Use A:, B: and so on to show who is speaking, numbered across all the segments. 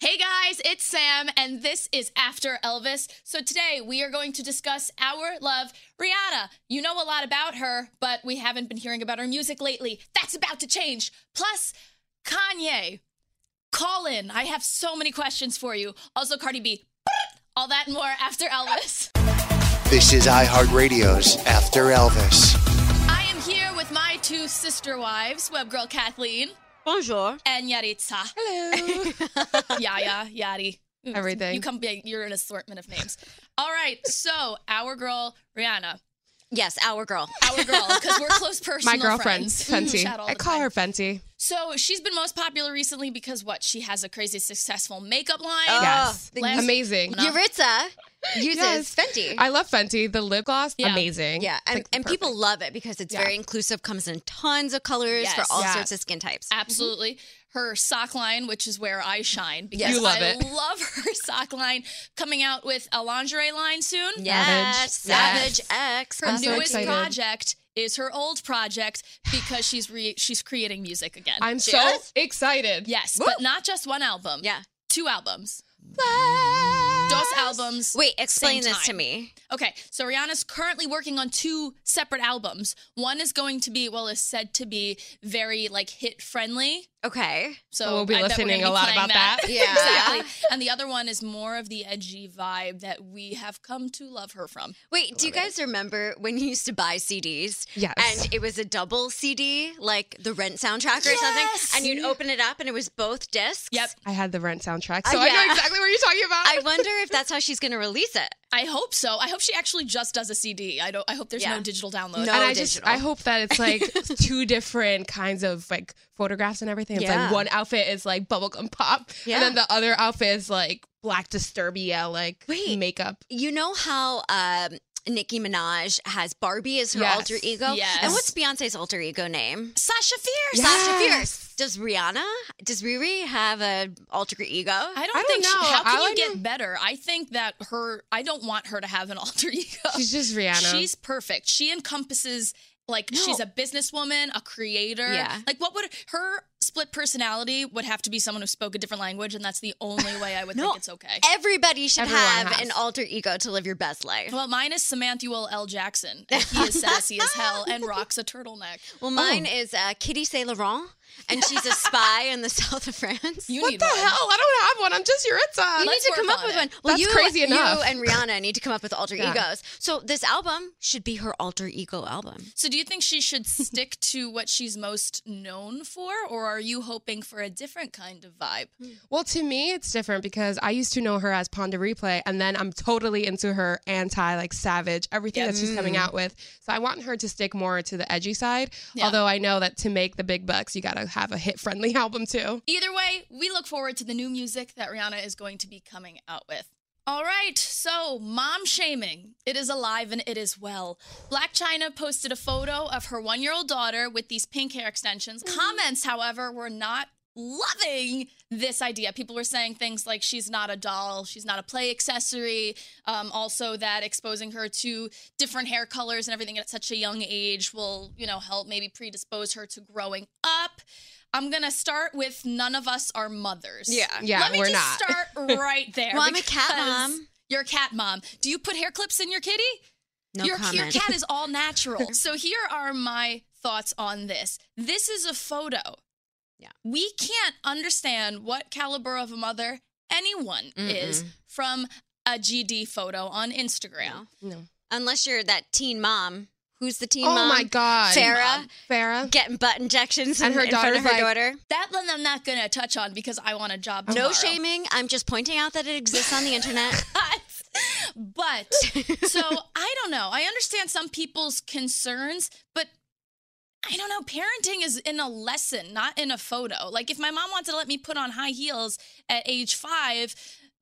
A: guys, it's Sam, and this is After Elvis. So today we are going to discuss our love, Rihanna. You know a lot about her, but we haven't been hearing about her music lately. That's about to change. Plus, Kanye. Call in. I have so many questions for you. Also, Cardi B. All that and more after Elvis.
B: This is iHeartRadio's After Elvis.
A: I am here with my two sister wives, web girl Kathleen
C: Bonjour.
A: and Yaritza.
C: Hello.
A: Yaya, Yadi. Ooh,
C: Everything.
A: Mm, You come big. You're an assortment of names. All right. So our girl Rihanna,
C: yes, our girl.
A: our girl, because we're close personal
D: My girlfriend,
A: friends.
C: Mm-hmm.
A: Mm-hmm.
D: Fenty.
A: Shout all
D: I
A: the
D: call
A: time.
D: her Fenty.
A: So she's been most popular recently because what? She has a crazy successful makeup line.
C: Oh,
D: yes.
C: the-
A: Last-
D: amazing.
A: No.
C: Yuritsa uses
D: Yes.
C: Fenty.
D: I love Fenty. The lip gloss,
A: Yeah.
D: amazing.
C: yeah,
D: It's
C: and,
D: like
C: and people love it because it's very inclusive, comes in tons of colors for
A: Yes.
C: all
D: Yes.
C: sorts of skin types.
A: Absolutely. Her sock line, which is where I shine because
D: You love
A: I
D: it.
A: love her sock line. Coming out with a lingerie line soon.
C: Yes,
D: Savage.
C: Savage X.
A: Her
D: I'm so
A: newest
D: excited.
A: project is her old project because she's re- she's creating music again.
D: I'm so
C: Yes.
D: excited.
A: Yes,
C: Woo.
A: but not just one album.
C: Yeah.
A: Two albums. Dos albums.
C: Wait, explain
A: Same
C: this to
A: time.
C: me.
A: Okay, so Rihanna's currently working on two separate albums. One is going to be, well, is said to be very like hit friendly.
C: Okay.
A: So
D: Oh, we'll be
A: I bet we're gonna
D: listening a lot
A: playing
D: about that.
C: Yeah.
A: exactly. And the other one is more of the edgy vibe that we have come to love her from.
C: Wait, do you guys remember when you used to buy CDs?
D: Yes.
C: And it was a double CD, like the Rent soundtrack or
A: Yes.
C: something, and you'd open it up and it was both discs.
A: Yep.
D: I had the Rent soundtrack,
C: Uh,
D: so I know
C: yeah.
D: exactly what you're talking about.
C: I wonder if that's how she's going to release it.
A: I hope so. I hope she actually just does a CD. I don't. I hope there's
C: Yeah.
A: no digital download.
C: No.
D: and I just
C: digital.
D: I hope that it's like two different kinds of like photographs and everything. It's
C: Yeah.
D: like one outfit is like bubblegum pop,
C: Yeah.
D: and then the other outfit is like black disturbia, like
C: Wait.
D: makeup.
C: You know how um, Nicki Minaj has Barbie as her
D: Yes.
C: alter ego?
A: Yes.
C: And what's Beyonce's alter ego name?
A: Sasha Fierce.
D: Yeah. Yes.
C: Sasha Fierce. Does Rihanna, does Riri have a alter ego?
A: I don't,
D: I don't
A: think
D: know.
A: She, how can
D: All
A: you
D: I
A: get
D: know-
A: better? I think that her I don't want her to have an alter ego.
D: She's just Rihanna.
A: She's perfect. She encompasses like
C: No.
A: she's a businesswoman, a creator.
C: Yeah.
A: Like what would her split personality would have to be someone who spoke a different language and that's the only way I would
C: No.
A: think it's okay.
C: Everybody should
D: Everyone
C: have
D: has.
C: an alter ego to live your best life.
A: Well, mine is Samanthuel L. Jackson. and He is sassy as hell and rocks a turtleneck.
C: Well, mine is uh, Kitty Saint Laurent, and she's a spy in the south of France.
A: You
D: what
A: need
D: the
A: one.
D: hell? I don't have one. I'm just Yuritsa.
A: Let's
C: You need to
A: work
C: come up
A: on
C: with
A: it.
C: one. Well,
D: That's
C: you,
D: crazy enough.
C: You and Rihanna need to come up with alter
D: Yeah.
C: egos. So this album should be her alter ego album.
A: So do you think she should stick to what she's most known for, or are you hoping for a different kind of vibe?
D: Well, to me, it's different because I used to know her as Ponda Replay, and then I'm totally into her anti, like savage, everything that she's
A: Mm.
D: coming out with. So I want her to stick more to the edgy side.
A: Yeah.
D: Although I know that to make the big bucks, you gotta have a hit friendly album too.
A: Either way, we look forward to the new music that Rihanna is going to be coming out with. All right, so mom shaming. It is alive and it is well. Black China posted a photo of her one year old daughter with these pink hair extensions. Comments, however, were not loving this idea. People were saying things like she's not a doll, she's not a play accessory. Um, also, that exposing her to different hair colors and everything at such a young age will, you know, help maybe predispose her to growing up. I'm gonna start with none of us are mothers.
C: Yeah.
D: Yeah,
A: Let me
D: we're
A: just
D: not.
A: start right there.
C: Well, I'm a cat
A: because
C: mom.
A: You're a cat mom. Do you put hair clips in your kitty?
C: No
A: your,
C: comment.
A: your cat is all natural. so here are my thoughts on this. This is a photo.
C: Yeah.
A: We can't understand what caliber of a mother anyone is from a GD photo on Instagram.
D: No.
C: Unless you're that teen mom. Who's the teen
D: Oh
C: mom?
D: my God.
C: Farah
D: Farah.
C: getting butt injections
D: And
C: in,
D: her
C: in front of her
D: daughter's like- "Oh,
C: daughter.
A: That one I'm not gonna touch on because I want a job.
C: Oh, No
A: tomorrow.
C: shaming. I'm just pointing out that it exists on the internet.
A: but so I don't know. I understand some people's concerns, but I don't know. Parenting is in a lesson, not in a photo. Like if my mom wanted to let me put on high heels at age five,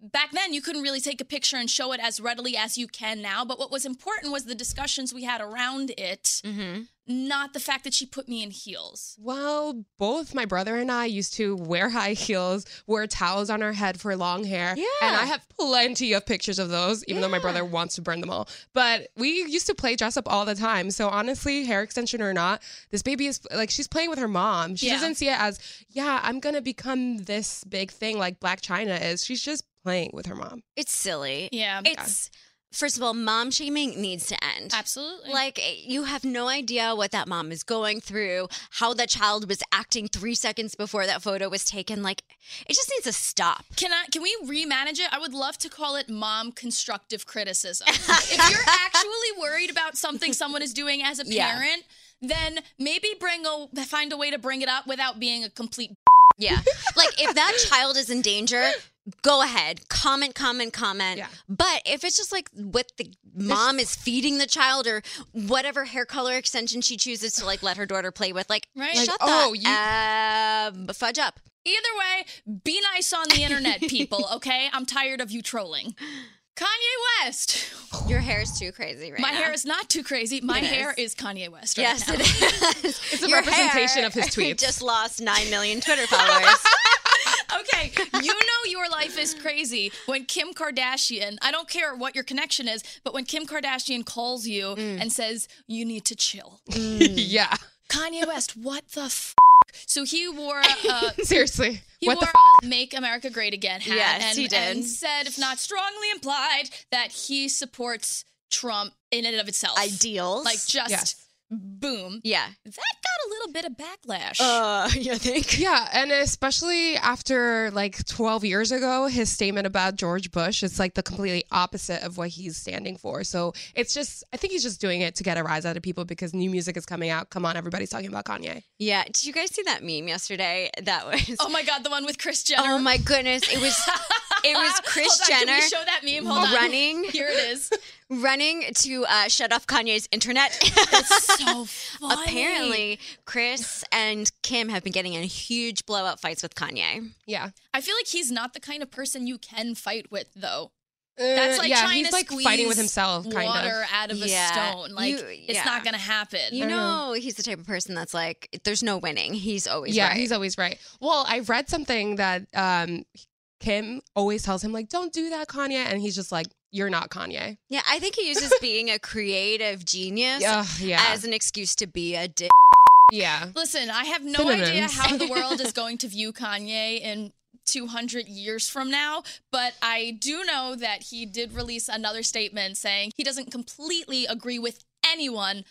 A: back then you couldn't really take a picture and show it as readily as you can now. But what was important was the discussions we had around it,
C: Mm-hmm.
A: not the fact that she put me in heels.
D: Well, both my brother and I used to wear high heels, wear towels on our head for long hair.
C: Yeah.
D: And I have plenty of pictures of those, even though my
C: Yeah.
D: brother wants to burn them all. But we used to play dress up all the time. So honestly, hair extension or not, this baby is like she's playing with her mom. She
A: Yeah.
D: doesn't see it as, yeah, I'm going to become this big thing like Black China is. She's just playing with her mom.
C: It's silly.
A: Yeah,
C: It's first of all, mom shaming needs to end.
A: absolutely.
C: Like eh, you have no idea what that mom is going through, how that child was acting three seconds before that photo was taken. Like it just needs to stop.
A: Can I? Can we remanage it? I would love to call it mom constructive criticism. if you're actually worried about something someone is doing as a
C: Yeah.
A: parent, then maybe bring a find a way to bring it up without being a complete.
C: Yeah. like if that child is in danger, go ahead, comment, comment, comment.
D: Yeah.
C: But if it's just like what the mom is feeding the child or whatever hair color extension she chooses to like let her daughter play with, like,
A: Right.
C: shut
A: Like,
D: oh,
C: that um, fudge up.
A: Either way, be nice on the internet, people. Okay, I'm tired of you trolling. Kanye West.
C: Your hair is too crazy right
A: My
C: now.
A: hair is not too crazy. My
C: It
A: hair
C: is.
A: is Kanye West. Right
C: Yes,
A: now.
C: it is. It's
D: a representation of his tweets.
C: Just lost nine million Twitter followers.
A: Okay, you know your life is crazy when Kim Kardashian, I don't care what your connection is, but when Kim Kardashian calls you
C: Mm.
A: and says, you need to chill.
D: yeah.
A: Kanye West, what the f? So he wore a.
D: Seriously.
A: He
D: what
A: wore
D: the f-
A: a Make America Great Again hat
C: Yes,
A: and,
C: he did.
A: and said, if not strongly implied, that he supports Trump in and of itself.
C: Ideals.
A: Like just
D: Yes.
A: boom.
C: yeah.
A: That got a little bit of backlash.
C: Uh, you think?
D: Yeah, and especially after like 12 years ago, his statement about George Bush, it's like the completely opposite of what he's standing for. So it's just, I think he's just doing it to get a rise out of people because new music is coming out. Come on, everybody's talking about Kanye.
C: Yeah. Did you guys see that meme yesterday? That was.
A: oh my God, the one with Chris Jenner.
C: Oh my goodness! It was it was Chris
A: Hold on,
C: Jenner
A: Can we show that meme? Hold on.
C: running
A: Here it is.
C: running to uh, shut off Kanye's internet.
A: It's so funny.
C: Apparently, Chris and Kim have been getting in huge blowout fights with Kanye.
D: Yeah.
A: I feel like he's not the kind of person you can fight with, though. That's like
D: Uh, yeah,
A: trying
D: he's
A: to
D: like
A: squeeze
D: fighting with himself, Oh, kind
A: water out of a
C: Yeah,
A: stone. Like
C: you-
A: it's
C: yeah.
A: not gonna happen.
C: You
D: I
C: know,
D: know.
C: he's the type of person that's like, there's no winning. He's
D: of.
C: always
D: Yeah,
C: right.
D: he's always right. Well, I read something that um, Kim always tells him, like, don't do that, Kanye. And he's just like, you're not Kanye.
C: yeah, I think he uses being a creative genius
D: Ugh, yeah.
C: as an excuse to be a dick.
D: yeah.
A: Listen, I have no
D: Synonyms.
A: idea how the world is going to view Kanye in 200 years from now, but I do know that he did release another statement saying he doesn't completely agree with anyone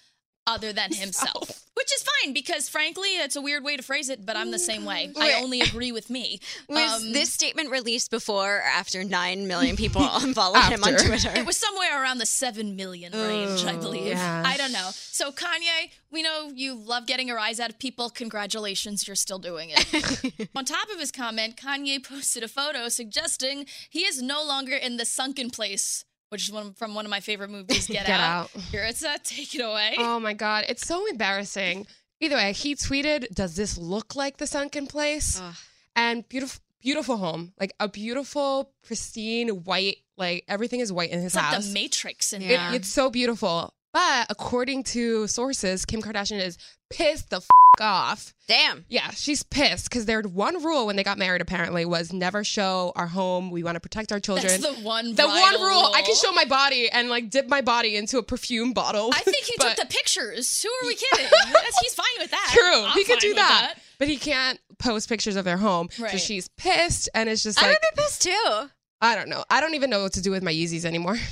A: other than himself, which is fine because, frankly, it's a weird way to phrase it, but I'm the same way.
C: Wait.
A: I only agree with me.
C: Was
A: Um,
C: this statement released before or after 9 million people unfollowed him on
D: After.
C: Twitter?
A: It was somewhere around the 7 million range, I
D: Oh,
A: believe.
D: yeah.
A: I don't know. So, Kanye, we know you love getting a rise out of people. Congratulations, you're still doing it. On top of his comment, Kanye posted a photo suggesting he is no longer in the sunken place, which is one, from one of my favorite movies, Get,
D: Get
A: Out.
D: Out.
A: Here it's a take it away.
D: Oh my god, it's so embarrassing. Either way, he tweeted, "Does this look like the sunken place?"
C: Ugh.
D: And beautiful, beautiful home, like a beautiful, pristine white, like everything is white in his
A: it's like
D: house.
A: the Matrix in
C: Yeah.
A: there.
D: It's so beautiful. But according to sources, Kim Kardashian is pissed the f- off.
C: Damn.
D: Yeah, she's pissed because their one rule when they got married apparently was never show our home. We want to protect our children.
A: That's the one.
D: The one
A: bridal
D: rule, I can show my body and like dip my body into a perfume bottle.
A: I think he
D: but-
A: took the pictures. Who are we kidding? That's- He's fine with that.
D: True.
A: I'm
D: he could
A: fine
D: do
A: with
D: that, But he can't post pictures of their home. So
A: Right.
D: she's pissed and it's just
C: I
D: like
C: would be pissed too.
D: I don't know. I don't even know what to do with my Yeezys anymore.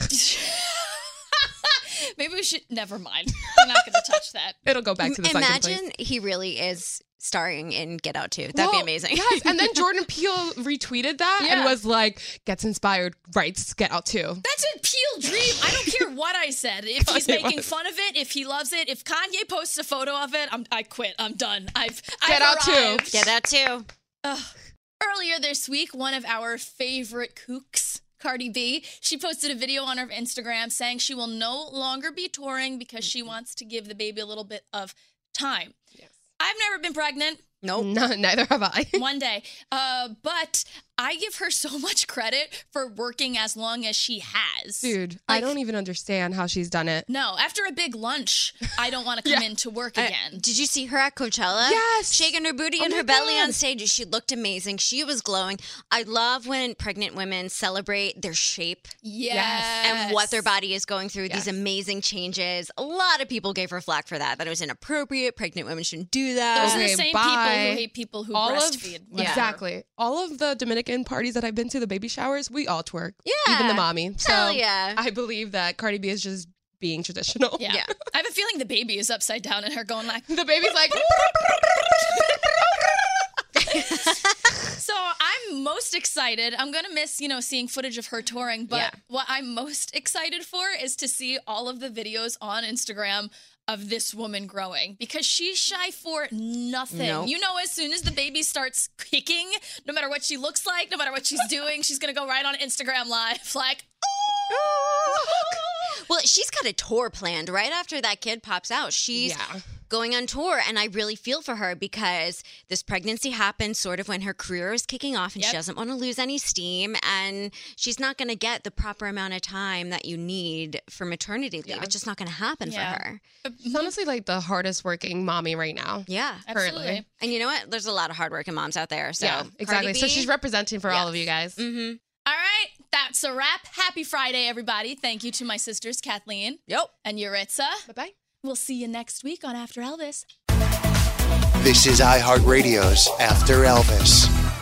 A: Maybe we should. Never mind. I'm not going to touch that.
D: It'll go back to the sunken place.
C: Imagine he really is starring in Get Out too. That'd be
D: Well,
C: amazing.
D: yes, and then Jordan Peele retweeted that
A: Yeah.
D: and was like, "Gets inspired, writes Get Out too."
A: That's a Peel dream. I don't care what I said. If he's
D: Kanye
A: making
D: West.
A: fun of it, if he loves it, if Kanye posts a photo of it, I'm, I quit. I'm done. I've I've
D: Get out too.
A: arrived.
C: Get Out too.
A: Earlier this week, one of our favorite kooks, Cardi B, she posted a video on her Instagram saying she will no longer be touring because she wants to give the baby a little bit of time. I've never been pregnant.
C: Nope.
D: No, neither have I.
A: one day. Uh, but I give her so much credit for working as long as she has.
D: Dude, I
A: Like-
D: don't even understand how she's done it.
A: No, after a big lunch, I don't want to come in to work
C: I-
A: again.
C: Did you see her at Coachella?
D: Yes.
C: Shaking her booty
D: Oh
C: and
D: my
C: her belly on
D: God.
C: stage. She looked amazing. She was glowing. I love when pregnant women celebrate their shape
A: yes.
C: and what their body is going through,
D: Yes.
C: these amazing changes. A lot of people gave her flack for that, that it was inappropriate. Pregnant women shouldn't do that.
A: Those are the
D: Okay,
A: same people
D: bye.
A: who hate people who
D: All of
A: breastfeed. whatever.
D: exactly all of the Dominican parties that I've been to, the baby showers, we all twerk.
C: Yeah.
D: even the mommy. So
C: Hell yeah.
D: I believe that Cardi B is just being traditional.
A: Yeah.
C: Yeah.
A: I have a feeling the baby is upside down and her going like.
D: The baby's like,
A: So I'm most excited. I'm gonna miss, you know, seeing footage of her touring. But
C: Yeah.
A: what I'm most excited for is to see all of the videos on Instagram of this woman growing because she's shy for nothing.
C: Nope.
A: You know, as soon as the baby starts kicking, no matter what she looks like, no matter what she's doing, she's gonna go right on Instagram live like.
C: Well, she's got a tour planned right after that kid pops out. She's
D: Yeah.
C: going on tour, and I really feel for her because this pregnancy happened sort of when her career is kicking off, and
A: Yep.
C: she doesn't want to lose any steam, and she's not going to get the proper amount of time that you need for maternity leave. It's just not going to happen
A: Yeah.
C: for her.
D: she's honestly like the hardest working mommy right now.
C: Yeah.
D: Currently.
A: Absolutely.
C: And you know what? There's a lot of hardworking moms out there. So
D: yeah, exactly. So she's representing for all of you guys.
C: hmm
A: All right, that's a wrap. Happy Friday, everybody. Thank you to my sisters, Kathleen
C: Yep.
A: and Yuritsa.
D: Bye bye.
A: We'll see you next week on After Elvis.
B: This is iHeartRadio's After Elvis.